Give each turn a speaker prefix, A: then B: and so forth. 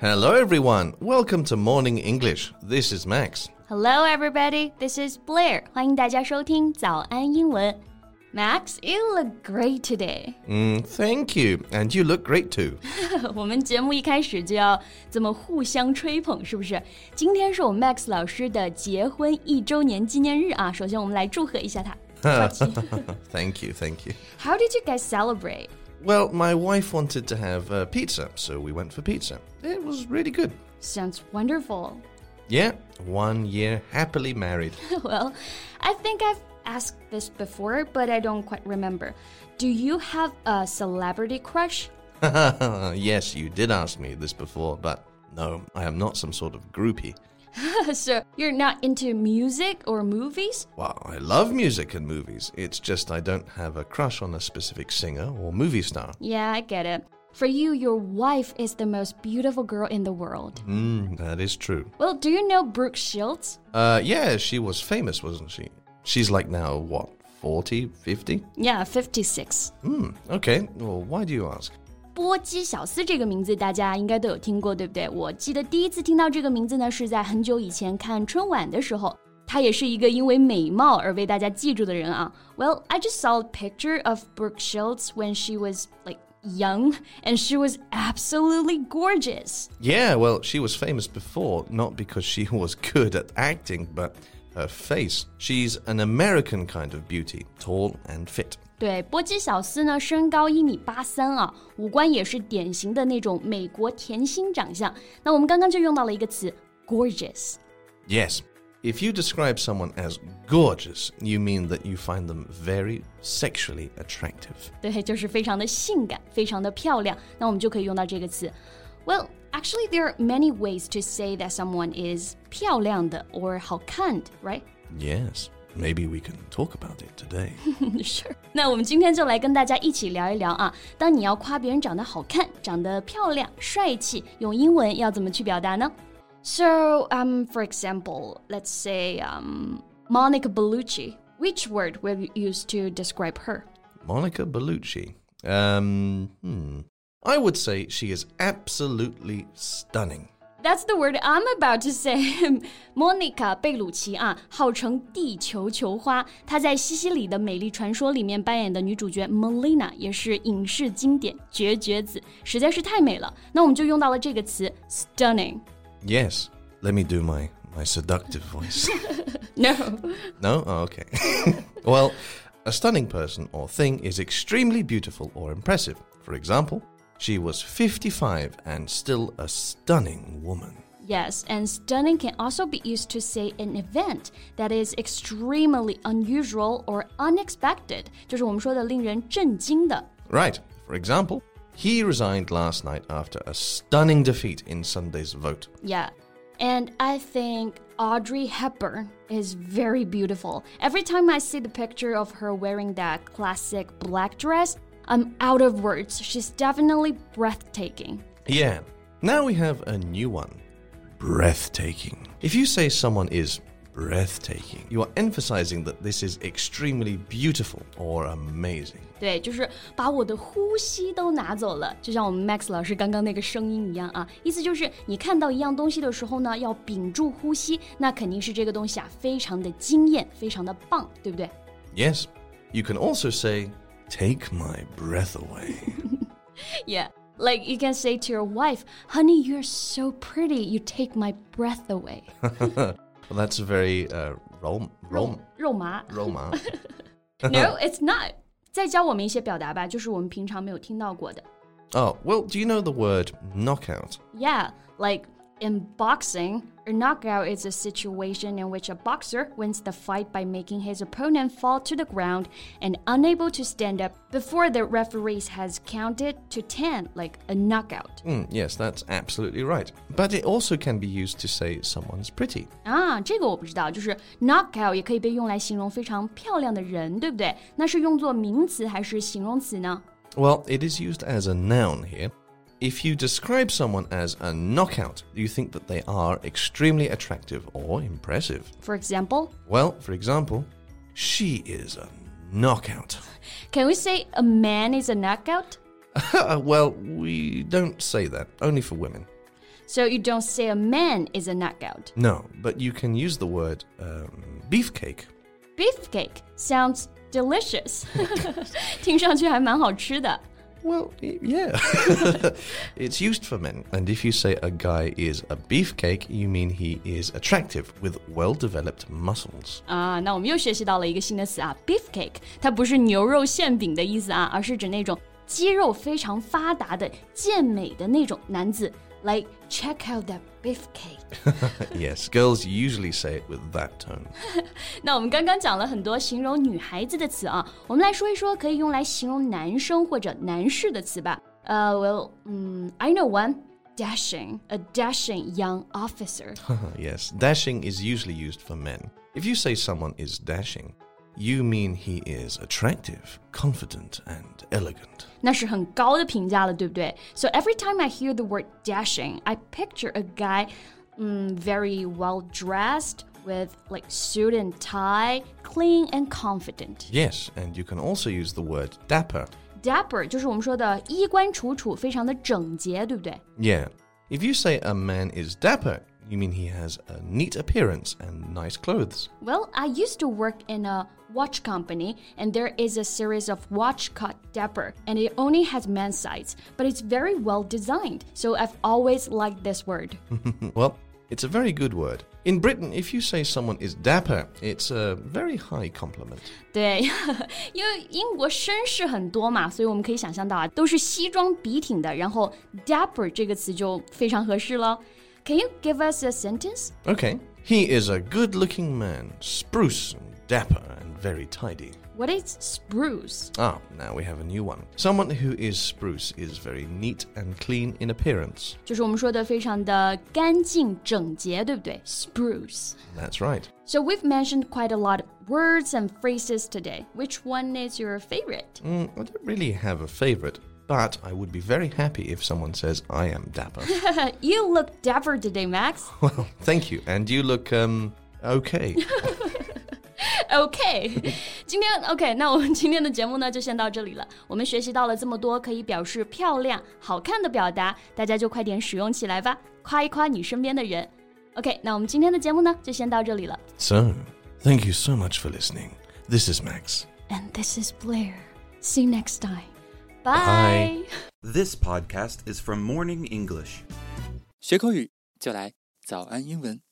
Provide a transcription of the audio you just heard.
A: Hello, everyone. Welcome to Morning English. This is Max.
B: Hello, everybody. This is Blair. 欢迎大家收听早安英文。Max, you look great today.
A: Mm, thank you. And you look great too.
B: 我们节目一开始就要这么互相吹捧，是不是？今天是我们 Max 老师的结婚一周年纪念日啊！首先，我们来祝贺一下他。
A: thank you, thank you.
B: How did you guys celebrate?
A: Well, my wife wanted to have uh, pizza, so we went for pizza. It was really good.
B: Sounds wonderful.
A: Yeah, one year happily married.
B: Well, I think I've asked this before, but I don't quite remember. Do you have a celebrity crush?
A: Uh, yes, you did ask me this before, but no, I am not some sort of groupie.
B: so you're not into music or movies?
A: Well, I love music and movies. It's just I don't have a crush on a specific singer or movie star.
B: Yeah, I get it. For you, your wife is the most beautiful girl in the world.
A: Mm, that is true.
B: Well, do you know Brooke Shields?
A: Uh, yeah, she was famous, wasn't she? She's like now, what, 40, 50?
B: Yeah, 56.
A: Hmm, okay. Well, why do you ask?
B: 波基小斯这个名字大家应该都有听过，对不对？我记得第一次听到这个名字呢，是在很久以前看春晚的时候。他也是一个因为美貌而被大家记住的人啊。Well, I just saw a picture of Brooke Shields when she was like young, and she was absolutely gorgeous.
A: Yeah, well, she was famous before, not because she was good at acting, but her face. She's an American kind of beauty, tall and fit.
B: 对，波基小斯呢，身高一米八三啊，五官也是典型的那种美国甜心长相。那我们刚刚就用到了一个词 gorgeous。
A: Yes. If you describe someone as gorgeous, you mean that you find them very sexually attractive.
B: 对，就是非常的性感，非常的漂亮。那我们就可以用到这个词。Well, actually, there are many ways to say that someone is 漂亮的 or 好看的，right?
A: Yes. Maybe we can talk about it today.
B: 是。 那我们今天就来跟大家一起聊一聊啊，当你要夸别人长得好看、长得漂亮、帅气，用英文要怎么去表达呢？So, um, for example, let's say, um, Monica Bellucci. Which word will you use to describe her?
A: Monica Bellucci. Um, hmm. I would say she is absolutely stunning.
B: That's the word I'm about to say. Monica 贝鲁奇啊，号称地球球花，她在《西西里的美丽传说》里面扮演的女主角 Melina 也是影视经典绝绝子，实在是太美了。那我们就用到了这个词 stunning。
A: Yes. Let me do my, my seductive voice.
B: No,
A: no? Oh, okay. well, a stunning person or thing is extremely beautiful or impressive. For example, she was 55 and still a stunning woman.
B: yes, and stunning can also be used to say an event that is extremely unusual or unexpected，就是我们说的令人震惊的。
A: Right. For example, he resigned last night after a stunning defeat in Sunday's vote.
B: Yeah. And I think Audrey Hepburn is very beautiful. Every time I see the picture of her wearing that classic black dress, I'm out of words. She's definitely breathtaking.
A: Yeah. Now we have a new one breathtaking. If you say someone is breathtaking, you are emphasizing that this is extremely beautiful or amazing.
B: 对，就是把我的呼吸都拿走了，就像我们 Max 老师刚刚那个声音一样啊。意思就是你看到一样东西的时候呢，要屏住呼吸，那肯定是这个东西啊，非常的惊艳，非常的棒，对不对？
A: Yes. You can also say, take my breath away.
B: Yeah. Like you can say to your wife, honey, you're so pretty, you take my breath away.
A: well, that's a very uh, rom, rom,
B: 肉 麻
A: Roma.
B: No, it's not. 再教我们一些表达吧，就是我们平常没有听到过的。
A: Oh, well, do you know the word knockout?
B: Yeah, like in boxing, a knockout is a situation in which a boxer wins the fight by making his opponent fall to the ground and unable to stand up before the referee has counted to 10, like a knockout.
A: Mm, yes, that's absolutely right. But it also can be used to say someone's pretty.
B: 啊，这个我不知道，就是 knockout 也可以被用来形容非常漂亮的人，对不对？那是用作名词还是形容词呢？
A: Well, it is used as a noun here. If you describe someone as a knockout, you think that they are extremely attractive or impressive.
B: For example,
A: Well, for example, she is a knockout.
B: can we say a man is a knockout?
A: well, we don't say that, only for women.
B: So you don't say a man is a knockout.
A: No, but you can use the word um, beefcake.
B: Beefcake sounds delicious. 听上去还蛮好吃的。
A: Well, y- yeah. it's used for men. And if you say a guy is a beefcake, you mean he is attractive with well developed muscles.
B: 啊，那我们又学习到了一个新的词啊，beefcake，它不是牛肉馅饼的意思啊，而是指那种肌肉非常发达的健美的那种男子。Like check out that beefcake。
A: yes, girls usually say it with that tone.
B: 那我们刚刚讲了很多形容女孩子的词啊，我们来说一说可以用来形容男生或者男士的词吧。呃、w e l l 嗯，I know one dashing, a dashing young officer。
A: Uh-huh, yes, dashing is usually used for men. If you say someone is dashing, you mean he is attractive, confident, and elegant.
B: 那是很高的评价了，对不对？So every time I hear the word dashing, I picture a guy, 嗯、very well dressed with like suit and tie, clean and confident.
A: Yes, and you can also use the word dapper.
B: Dapper 就是我们说的衣冠楚楚，非常的整洁，对不对？
A: Yeah. If you say a man is dapper, you mean he has a neat appearance and nice clothes.
B: Well, I used to work in a watch company, and there is a series of watch cut Dapper, and it only has men's size, but it's very well designed. So I've always liked this word.
A: well, it's a very good word. In Britain, if you say someone is dapper, it's a very high compliment.
B: 对， 因为英国绅士很多嘛，所以我们可以想象到啊，都是西装笔挺的，然后 dapper 这个词就非常合适了。Can you give us a sentence?
A: Okay. He is a good looking man, spruce and dapper and very tidy.
B: What is spruce?
A: Ah, now we have a new one. Someone who is spruce is very neat and clean in appearance.
B: 就是我们说的非常的干净整洁，对不对？Spruce.
A: That's right.
B: So we've mentioned quite a lot of words and phrases today. Which one is your favorite?
A: Mm, I don't really have a favorite, but I would be very happy if someone says I am dapper.
B: you look dapper today, Max.
A: Well, thank you. And you look, um, okay.
B: OK，今 天 OK，那我 们今天的节目呢就先到这里了。我们学习到了这么多可以表示漂亮、好看的表达，大家就快点使用起来吧，夸一夸你身边的人。OK，那我们今天的节目呢就先到这里了。
A: so, thank you so much for listening. This is Max.
B: And this is Blair. See you next time.
A: Bye.
B: Bye.
C: This podcast is from Morning English.
D: 学口语就来早安英文。